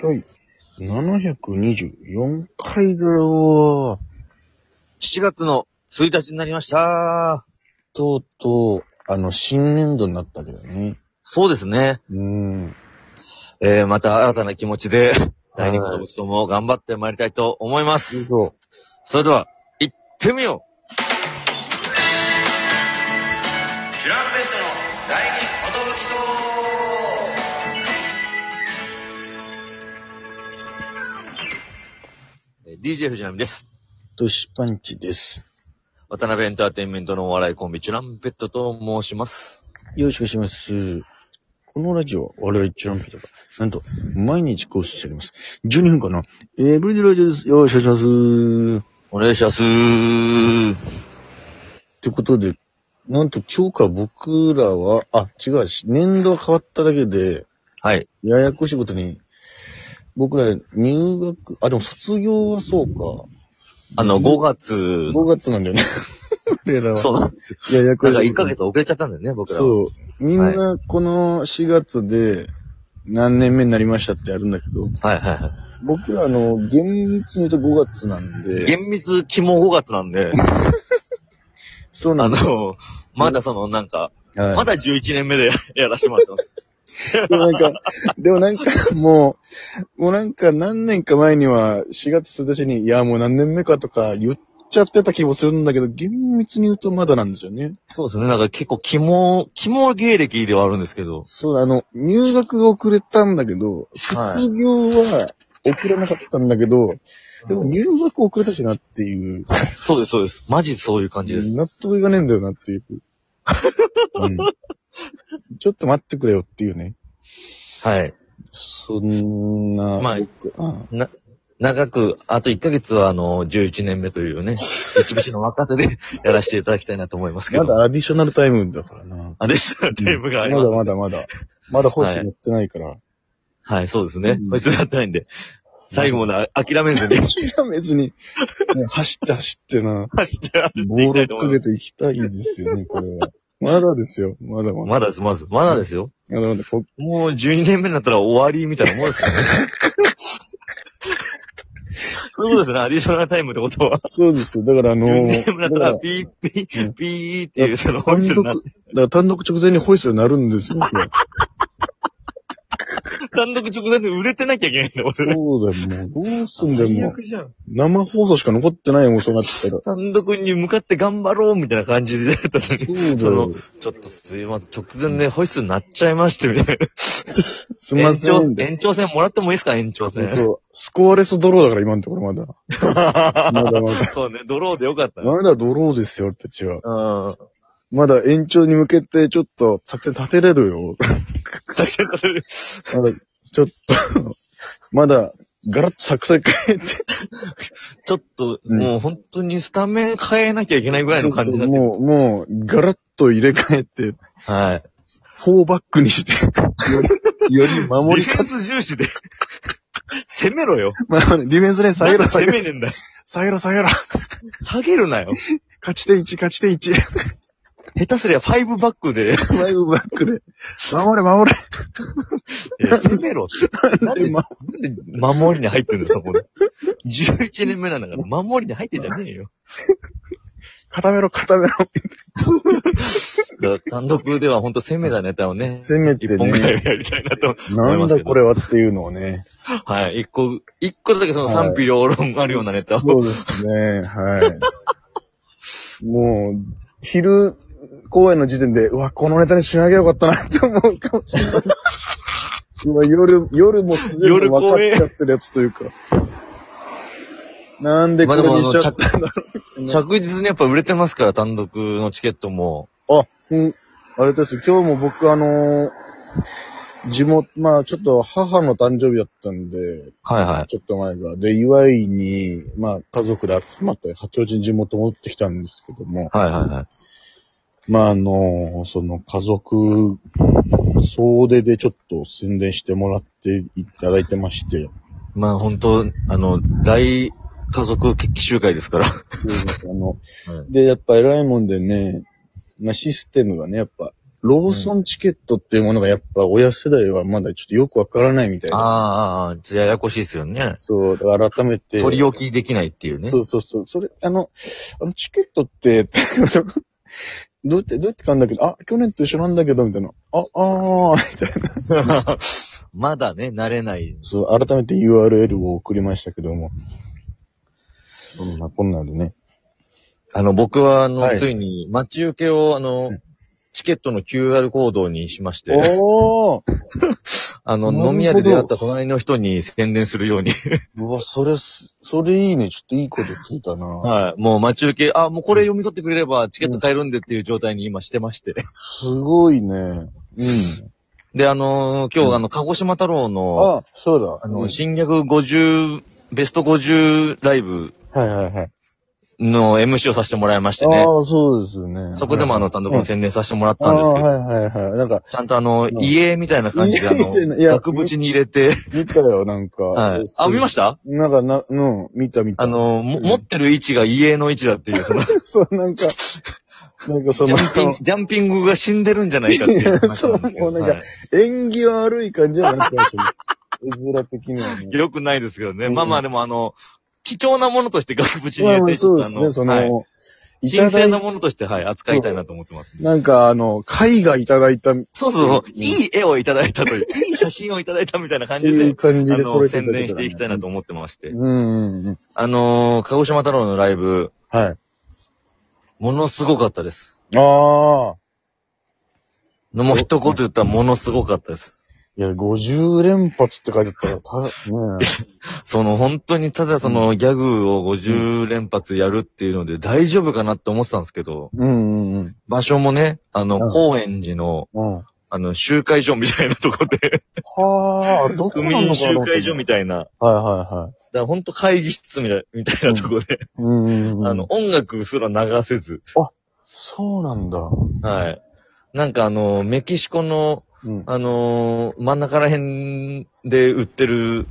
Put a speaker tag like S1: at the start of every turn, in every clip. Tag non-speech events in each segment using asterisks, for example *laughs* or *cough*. S1: 第724回だよ
S2: 7月の1日になりました。
S1: とうとう、あの、新年度になったわけだね。
S2: そうですね。
S1: うーん。
S2: えー、また新たな気持ちで、第2
S1: は
S2: 回
S1: い
S2: のちとも頑張ってまいりたいと思います。
S1: そ
S2: それでは、行ってみようチュランペットの第2えー DJ 藤波です。
S1: う。としパンチです。
S2: 渡辺エンターテインメントのお笑いコンビ、チュランペットと申します。
S1: よろしくお願いします。このラジオは我々一覧ピザが、なんと、毎日更新しております。12分かなエブリデイラジオです。よろしくお願いします。
S2: お願いしますー。
S1: ってことで、なんと今日から僕らは、あ、違う、し年度が変わっただけで、
S2: はい。
S1: ややこしいことに、僕ら入学、あ、でも卒業はそうか。
S2: あの、5月
S1: 5月なんだよね。 *laughs* 俺らは。
S2: そうなんですよ。
S1: う。ややこ
S2: な
S1: し
S2: ん
S1: いこと
S2: か
S1: に
S2: 1ヶ月遅れちゃったんだよね、僕らは。
S1: そう。みんなこの4月で何年目になりましたってやるんだけど、
S2: はいはいは
S1: 僕らあの、厳密に言うと5月なん
S2: い。
S1: で、
S2: 厳密肝5月なん *laughs* で、
S1: そうな
S2: あ
S1: んだ。
S2: の、まだそのなんか、
S1: はい
S2: まだ11年目で *laughs* やらせてもらってます。
S1: でもなんか、でもなんかもう、もうなんか何年か前には4月1日に、いやもう何年目かとか言っちゃってた気もするんだけど、厳密に言うとまだなんですよね。
S2: そうですね、なんか結構肝、肝芸歴ではあるんですけど。
S1: そうだ、あの、入学が遅れたんだけど、
S2: はい
S1: 卒業は遅れなかったんだけど、でも入学遅れたしなっていう、
S2: そうです、そうです。マジそういう感じです。
S1: 納得いかねえんだよなって
S2: *laughs*
S1: いう。うんちょっと待ってくれよっていうね。
S2: はい。
S1: そんな、
S2: まあ
S1: 僕あ
S2: 長く、あと1ヶ月はあの、11年目というね、一ちの若手で *laughs* やらせていただきたいなと思いますけ
S1: ま
S2: ど。
S1: だアディショナルタイムだからな。
S2: *laughs* あ、でしたらテープがあり
S1: ま
S2: ま
S1: だ
S2: す。
S1: まだまだ。まだ星乗ってないから。
S2: はい、そうですね
S1: うん。
S2: こいつだってないんで。最後まで諦めずに
S1: いや、別に、ね走って走ってな、
S2: 走って走ってい
S1: ボー
S2: きた
S1: ル
S2: いと
S1: を
S2: 思
S1: かけ。
S2: います
S1: ていきたいですよね、これは。まだですよ、まだまだ。
S2: まだです、まだです。まだですよ。
S1: まだまだ、こ
S2: もう12年目になったら終わりみたいなもんで
S1: *laughs*
S2: すからね。そういうことですね、アディショナルタイムってことは。
S1: そうですよ、だからあ *laughs* の
S2: 12
S1: ー、
S2: 年目に
S1: だ
S2: なった
S1: から
S2: ら、、ピーピ
S1: う
S2: ー、
S1: ん
S2: ピーっていう、その、ホイッスルにな
S1: 単
S2: っ
S1: 独、だから単独直前にホイッスルになるんですよ、これ
S2: て、単独直前で売れてなきゃいけないんだ、俺。
S1: そうだよ、もう、どうすんだよ、もう。
S2: じゃん。
S1: 生放送しか残ってないよ、もうそうなったら。
S2: 単独に向かって頑張ろうみたいな感じだったのに、
S1: そうだ
S2: その
S1: よ。
S2: ちょっとすいません、直前でホイッスルになっちゃいまして、みたいな。
S1: すみま
S2: 延
S1: せん。
S2: 長、延長戦もらってもいいですか、延長戦。
S1: そう、スコアレスドローだから、今のところ *laughs* まだ。まだまだ。
S2: *laughs* そうね、ドローでよかったね。
S1: まだドローですよ、俺たちは。
S2: うん。
S1: まだ延長に向けて、ちょっと作戦立てれるよ。
S2: 作戦立てる。
S1: まだ、ちょっと、まだ、ガラッと作戦変えて。
S2: *laughs* ちょっと、
S1: うん
S2: もう本当にスタメン変えなきゃいけないぐらいの感じ
S1: そ
S2: だ
S1: うそう
S2: ね。
S1: もう、もう、ガラッと入れ替えて、
S2: はい。
S1: フォーバックにして、より、より
S2: ディ
S1: 守り、
S2: フェンス重視で、攻めろ
S1: *laughs*
S2: よ。
S1: まあ、ディフェンスレーン下げろ、
S2: なん
S1: 下
S2: で
S1: げ
S2: 攻
S1: ろ、
S2: めねえんだよ。
S1: 下げろ、下げろ。
S2: 下げるなよ。
S1: 勝ち点1、勝ち点1。
S2: 下手すりゃ5バッ
S1: *laughs*
S2: クで、
S1: ファイブバックで、守れ、守れ。
S2: えー攻めろって。なんで、
S1: ま
S2: なんで守りに入ってんだよ、そこで。11年目なんだから、守りに入ってんじゃねえよ。
S1: 固めろ、固めろ。
S2: だから単独では本当攻めたネタ
S1: *laughs*
S2: をね、
S1: せめて
S2: 一本ぐらい
S1: ね、
S2: はやりたいなと。
S1: なんだこれはっていうのをね。
S2: はい。一個、一個だけその賛否両論あるようなネタを。
S1: そうですね、はい。もう、昼公演の時点で、うわ、このネタにしなきゃよかったなって思うかもしれない。今夜、夜もすでに
S2: 夜
S1: 分か
S2: 公演
S1: っちゃってるやつというか。なんでこ
S2: ま
S1: れ
S2: あでも
S1: にしちゃったんだろう。
S2: 着実にやっぱ売れてますから、単独のチケットも。
S1: あ、うん、あれです。今日も僕、あのー地元、まあちょっと母の誕生日だったんで、
S2: はいはい。
S1: ちょっと前が。で、祝いに、まあ家族で集まって、八王子に地元戻ってきたんですけども、
S2: はいはいはい。
S1: まああのーその家族総出でちょっと宣伝してもらっていただいてまして、
S2: まあ本当あの、大家族奇集会ですから。
S1: *laughs* そうですあの
S2: は、
S1: で、やっぱ偉いもんでね、まあシステムがね、やっぱローソンチケットっていうものがやっぱ親世代はまだちょっとよくわからないみたいな。
S2: あーあー、じゃあややこしいですよね。
S1: そう、だから改めて。
S2: 取り置きできないっていうね。
S1: そうそうそう。それ、あの、あのチケットって、 *laughs* どうやって、どうやって買うんだけど、あ、去年と一緒なんだけど、みたいな。あ、あー、みたいな。
S2: *laughs* まだね、慣れない。
S1: そう、改めて URL を送りましたけども。そんなこんなんでね。
S2: あの、僕は、あの、
S1: はい
S2: ついに、待ち受けを、あの、チケットの QR コードにしまして、
S1: おー
S2: あの、
S1: なるほど
S2: 飲み屋で出会った隣の人に宣伝するように、
S1: うわ、それす、それいいね。ちょっといいこと聞いたな。
S2: はい。もう待ち受け、あ、もうこれ読み取ってくれればチケット買えるんでっていう状態に今してまして。
S1: すごいね。うん。
S2: で、あのー今日、あの、鹿児島太郎
S1: あ、
S2: の、
S1: そうだ。う
S2: あの、
S1: ん
S2: 新逆50、ベスト50ライブ
S1: はいはいはい。
S2: の MC をさせてもらいましてね。
S1: ああ、そうですよね。
S2: そこでもあの、単独の宣伝させてもらっ
S1: あ
S2: たんですけど、
S1: あー、はいはいはい。なんか、
S2: ちゃんとあの、
S1: ん
S2: 家みたいな感じで、あ
S1: 家みたいな
S2: の、
S1: いや
S2: 額縁に入れて、
S1: 見たよ、なんか。
S2: はい。あ、見ま
S1: し
S2: した
S1: たなんか、な、うん、見た見た。
S2: あの、も
S1: うん
S2: 持ってる位置が家の位置だっていう、その、ジ
S1: *laughs* そう、なんか、なんかその、
S2: ャンピング、ジャンピングが死んでるんじゃないかっていう話なんです
S1: *laughs*
S2: け
S1: いやそうもう
S2: ど、
S1: なんか
S2: はい
S1: 縁起は悪い感じはなくてましたね、絵面的にはね。
S2: 良くないですけどね。
S1: うん
S2: まあまあでもあの、貴重なものとして額縁に
S1: まあ
S2: 入
S1: ま
S2: れ
S1: あ
S2: て、
S1: そうです
S2: あ
S1: ね、その、、
S2: はい
S1: ただ
S2: 金星
S1: い
S2: なものとして、はい、扱いたいなと思ってます。
S1: なんかあの、絵画いただいたっ
S2: そうそうそう
S1: う、ん
S2: いい絵をいただいたという、 *laughs* いい写真をいただいたみたいな感
S1: て
S2: じ
S1: いう
S2: で、
S1: 感じ
S2: あ
S1: で撮
S2: の、
S1: れてた
S2: 宣伝していきたいな
S1: と
S2: と思ってまして。
S1: 思うんうんうん。
S2: あのー、鹿児島太郎のライブ、
S1: はい。
S2: ものすごかったです。
S1: ああ。
S2: のもう一言言ったらものすごかったです。
S1: いや、50連発って書いてあったから、た、ね
S2: その本当にただそのギャグを50連発やるっていうので大丈夫かなって思ってたんですけど、
S1: うんうん
S2: 場所もね、あ
S1: う
S2: の、
S1: ん
S2: 高円寺の、
S1: うん。うん。
S2: あの、集会所みたいなと
S1: *laughs*
S2: こで、
S1: はあ、どこ
S2: 区
S1: なのか
S2: 民
S1: な
S2: 集会所みたいな、だか
S1: たいな。はいはいはい。
S2: ら本当会議室みたいみたいなとこで、
S1: うんうん、うん。
S2: あの、、音楽すら流せず、
S1: そうなんだ。
S2: はい。なんかあの、メキシコの、
S1: うん。
S2: あのー真ん中ら辺で売ってる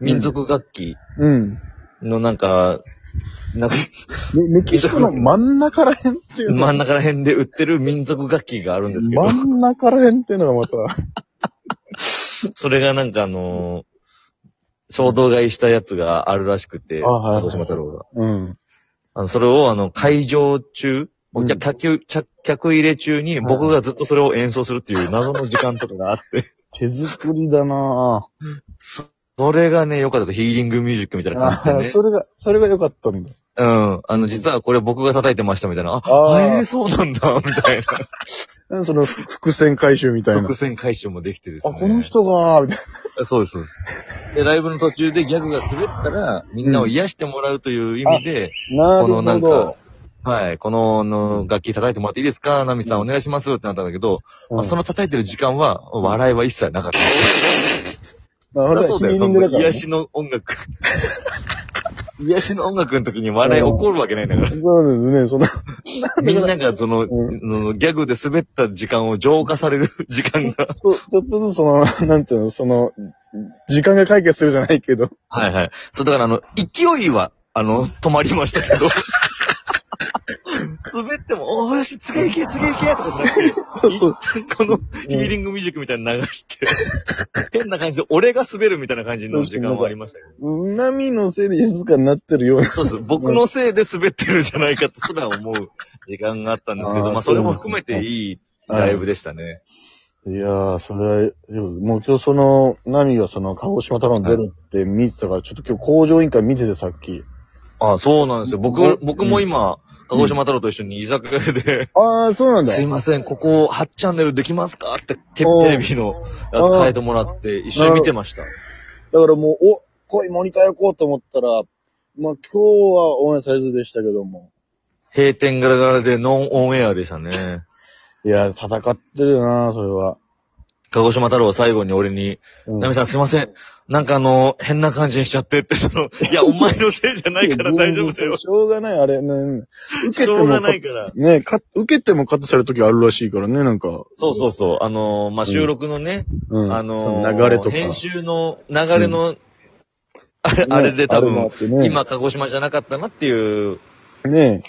S2: 民族楽器
S1: うん。
S2: のなんか、なんか、
S1: メメキシコの真ん中ら辺っていうの
S2: 真ん中ら辺で売ってる民族楽器があるんですけど、
S1: 真ん中ら辺っていうのがまた、
S2: それがなんかあのー衝動買いしたやつがあるらしくて、
S1: あはい
S2: 鹿児島太郎が。
S1: うん。
S2: あの、それをあの、会場中、
S1: うん
S2: 客客、客入れ中に僕がずっとそれを演奏するっていう *laughs* 謎の時間とかがあって、
S1: 手作りだなぁ。
S2: そそれがね、良かったです。ヒーリングミュージックみたいな感じで
S1: あ
S2: ね。
S1: それが、それが良かったんだ。
S2: うん。あの、実はこれ僕が叩いてましたみたいな。
S1: あ
S2: あ、
S1: ー
S2: へえ、そうなんだ、み
S1: *laughs*
S2: たい
S1: うんその、ふ伏線回収みたい
S2: な。
S1: な
S2: 伏。線回収もできてです
S1: あ、
S2: ね。
S1: この人が、みたい
S2: そうです、そうです。で、ライブの途中でギャグが滑ったら、みんなを癒してもらうという意味で、
S1: な。 *laughs*
S2: この
S1: な
S2: な
S1: るほ
S2: ん
S1: ど
S2: か。、はい、このあの楽器叩いてもらっていいですかナミさんお願いしますってなったんだけど、
S1: うん
S2: まあその叩いてる時間は、笑いは一切なかった。
S1: なるほど
S2: そうだよ、
S1: ヒー
S2: そ
S1: リング
S2: の
S1: だからね
S2: 癒しの音楽。 *laughs* 癒しの音楽の時に笑い起こるわけないんだから。
S1: そうですね、その、
S2: みんながその、
S1: う
S2: のギャグで滑った時間を浄化
S1: *laughs*
S2: される時間が。
S1: そうちょっとずつその、なんていうの、その、時間が解決するじゃないけど。
S2: はいはい。そう、だからあの、勢いは、あの、止まりましたけ
S1: *laughs*
S2: ど。滑っても、おーよし、次行け、次行けとかじゃなくて、
S1: そうそう。
S2: このヒーリングミュージックみたいなの流
S1: *laughs*
S2: して、変な感じで、俺が滑るみたいな感じの時間はありましたけど。
S1: 波のせいで静かになってるような。
S2: そうです。僕のせいで滑ってるんじゃないかとすら思う時間があったんですけ
S1: あ
S2: ど、
S1: ー
S2: まあそれも含めていいライブでしたね。
S1: いやー、それは、もう今日その、ナミがその、鹿児島太郎に出るって見てたから、ちょっと今日工場委員会見ててさっき。
S2: あそうなんですよ。
S1: うん
S2: 僕、僕も今、鹿児島太郎と一緒に居酒屋で、
S1: ああ、そうなんだ。
S2: すいません、ここ8チャンネルできますかってテ
S1: おー
S2: テレビのやつ変えてもらって、一緒に見てました。
S1: だからもう、お、来い、モニター行こうと思ったら、まあ今日は応援されずでしたけども。
S2: 閉店ガラガラでノンオンエアでしたね。
S1: いや、戦ってるよな、それは。
S2: 鹿児島太郎は最後に俺に、
S1: う
S2: ナミさんすいません。なんかあの、変な感じにしちゃってって、その、いや、お前のせいじゃないから大丈夫だよ。
S1: しょうがない、あれ。ね、受け
S2: してょう
S1: も
S2: が
S1: カ
S2: な
S1: ッ
S2: いから。
S1: ねか、受けてもカットされる時あるらしいからね、なんか。
S2: そうそうそう。あのーまあ、収録のね、
S1: うん。
S2: あの
S1: そ
S2: ー
S1: 流れとか。
S2: 編集の流れの、あれ、あれで
S1: ね
S2: 多分、、
S1: あれもあってね
S2: 今、鹿児島じゃなかったなっていう
S1: ね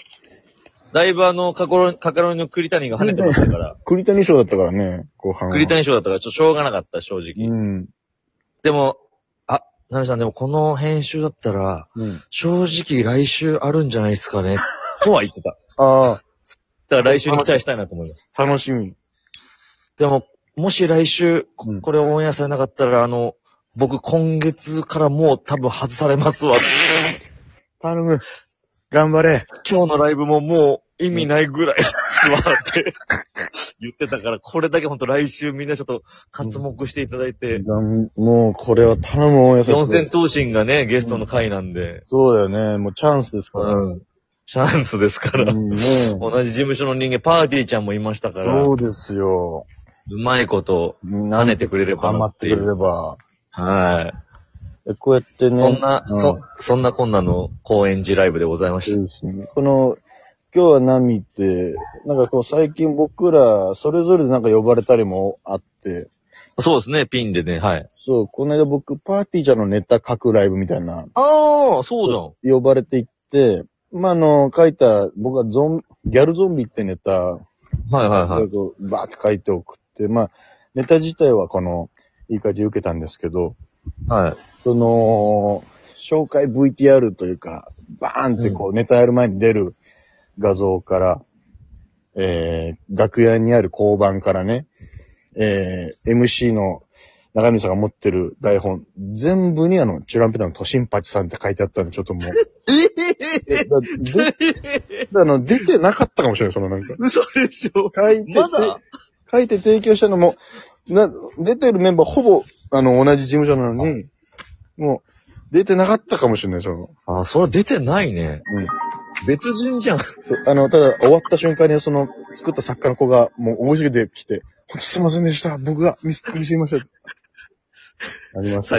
S2: だいぶあの、カコロカカロニの栗谷が跳ねてましたから、
S1: 栗谷賞だったからね、後半は。
S2: 栗谷賞だったからちょっとしょうがなかった、正直。
S1: うん。
S2: でも、あ、ナミさん、でもこの編集だったら、
S1: うん。
S2: 正直来週あるんじゃないですかね、とは言ってた。
S1: あ
S2: だから来週に期待したいなと思います。
S1: あ、楽しみ。
S2: でも、もし来
S1: う
S2: 週、
S1: ん
S2: ここれオンエアされなかったら、あの、僕今月からもう多分外されますわ。
S1: 頼む。頑張れ。
S2: 今日のライブももう意味ないぐらいですわって言ってたから、これだけほんと来週みんなちょっと活目していただいて、
S1: 頑もう、これは頼む、大家さん。
S2: 四千頭身がね、ゲストの回なんで、
S1: そうだよね。もうチャンスですから。
S2: チャンスですから。
S1: うんね
S2: 同じ事務所の人間、パーティーちゃんもいましたから、
S1: そううですよ。
S2: まいこと、
S1: な
S2: 跳ねてくれれば
S1: 頑張
S2: な
S1: っ
S2: って
S1: て
S2: い
S1: くれ
S2: う。
S1: れば。
S2: は
S1: えこうやって
S2: い。
S1: ね。
S2: そんな、
S1: う
S2: そ、そんなこんなの公演時ライブでございまし
S1: そうですねこの、今日はナミって、なんかこう最近僕ら、それぞれなんか呼ばれたりもあって、
S2: た。そうですね、ピンでね、はい。
S1: そう、この間僕、パーティーちゃんのネタ書くライブみたいな、
S2: ああ、そう
S1: 呼ばれて行って、まあ、あの、書いた、僕はゾン、ギャルゾンビってネタ、
S2: じゃん。はいはいはい。
S1: こうバーって書いて送って、まあ、ネタ自体はこの、いい感じで受けたんですけど、
S2: はい。
S1: その、紹介 VTR というか、バーンってこう、ネタやる前に出る画像から、えー、楽屋にある交番からね、えー、MC の中身さんが持ってる台本、全部にあの、チュランペタの都心パチさんって書いてあったんで、ちょっともう。
S2: *laughs*
S1: えだでだあの、出てなかったかもしれない、そのなんか。
S2: 嘘でしょ
S1: 書いてて、
S2: まだ
S1: 書いて提供したのも、な、出てるメンバーほぼ、あの、同じ事務所なのに、もう、出てなかったかもしれない、その。
S2: あ、それは出てないね。
S1: うん
S2: 別人じゃん。
S1: そうあの、ただ、終わった瞬間に、その、作った作家の子が、もう、思い過ぎてきて、本当すいませんでした、僕がミス、ミスりました。あります。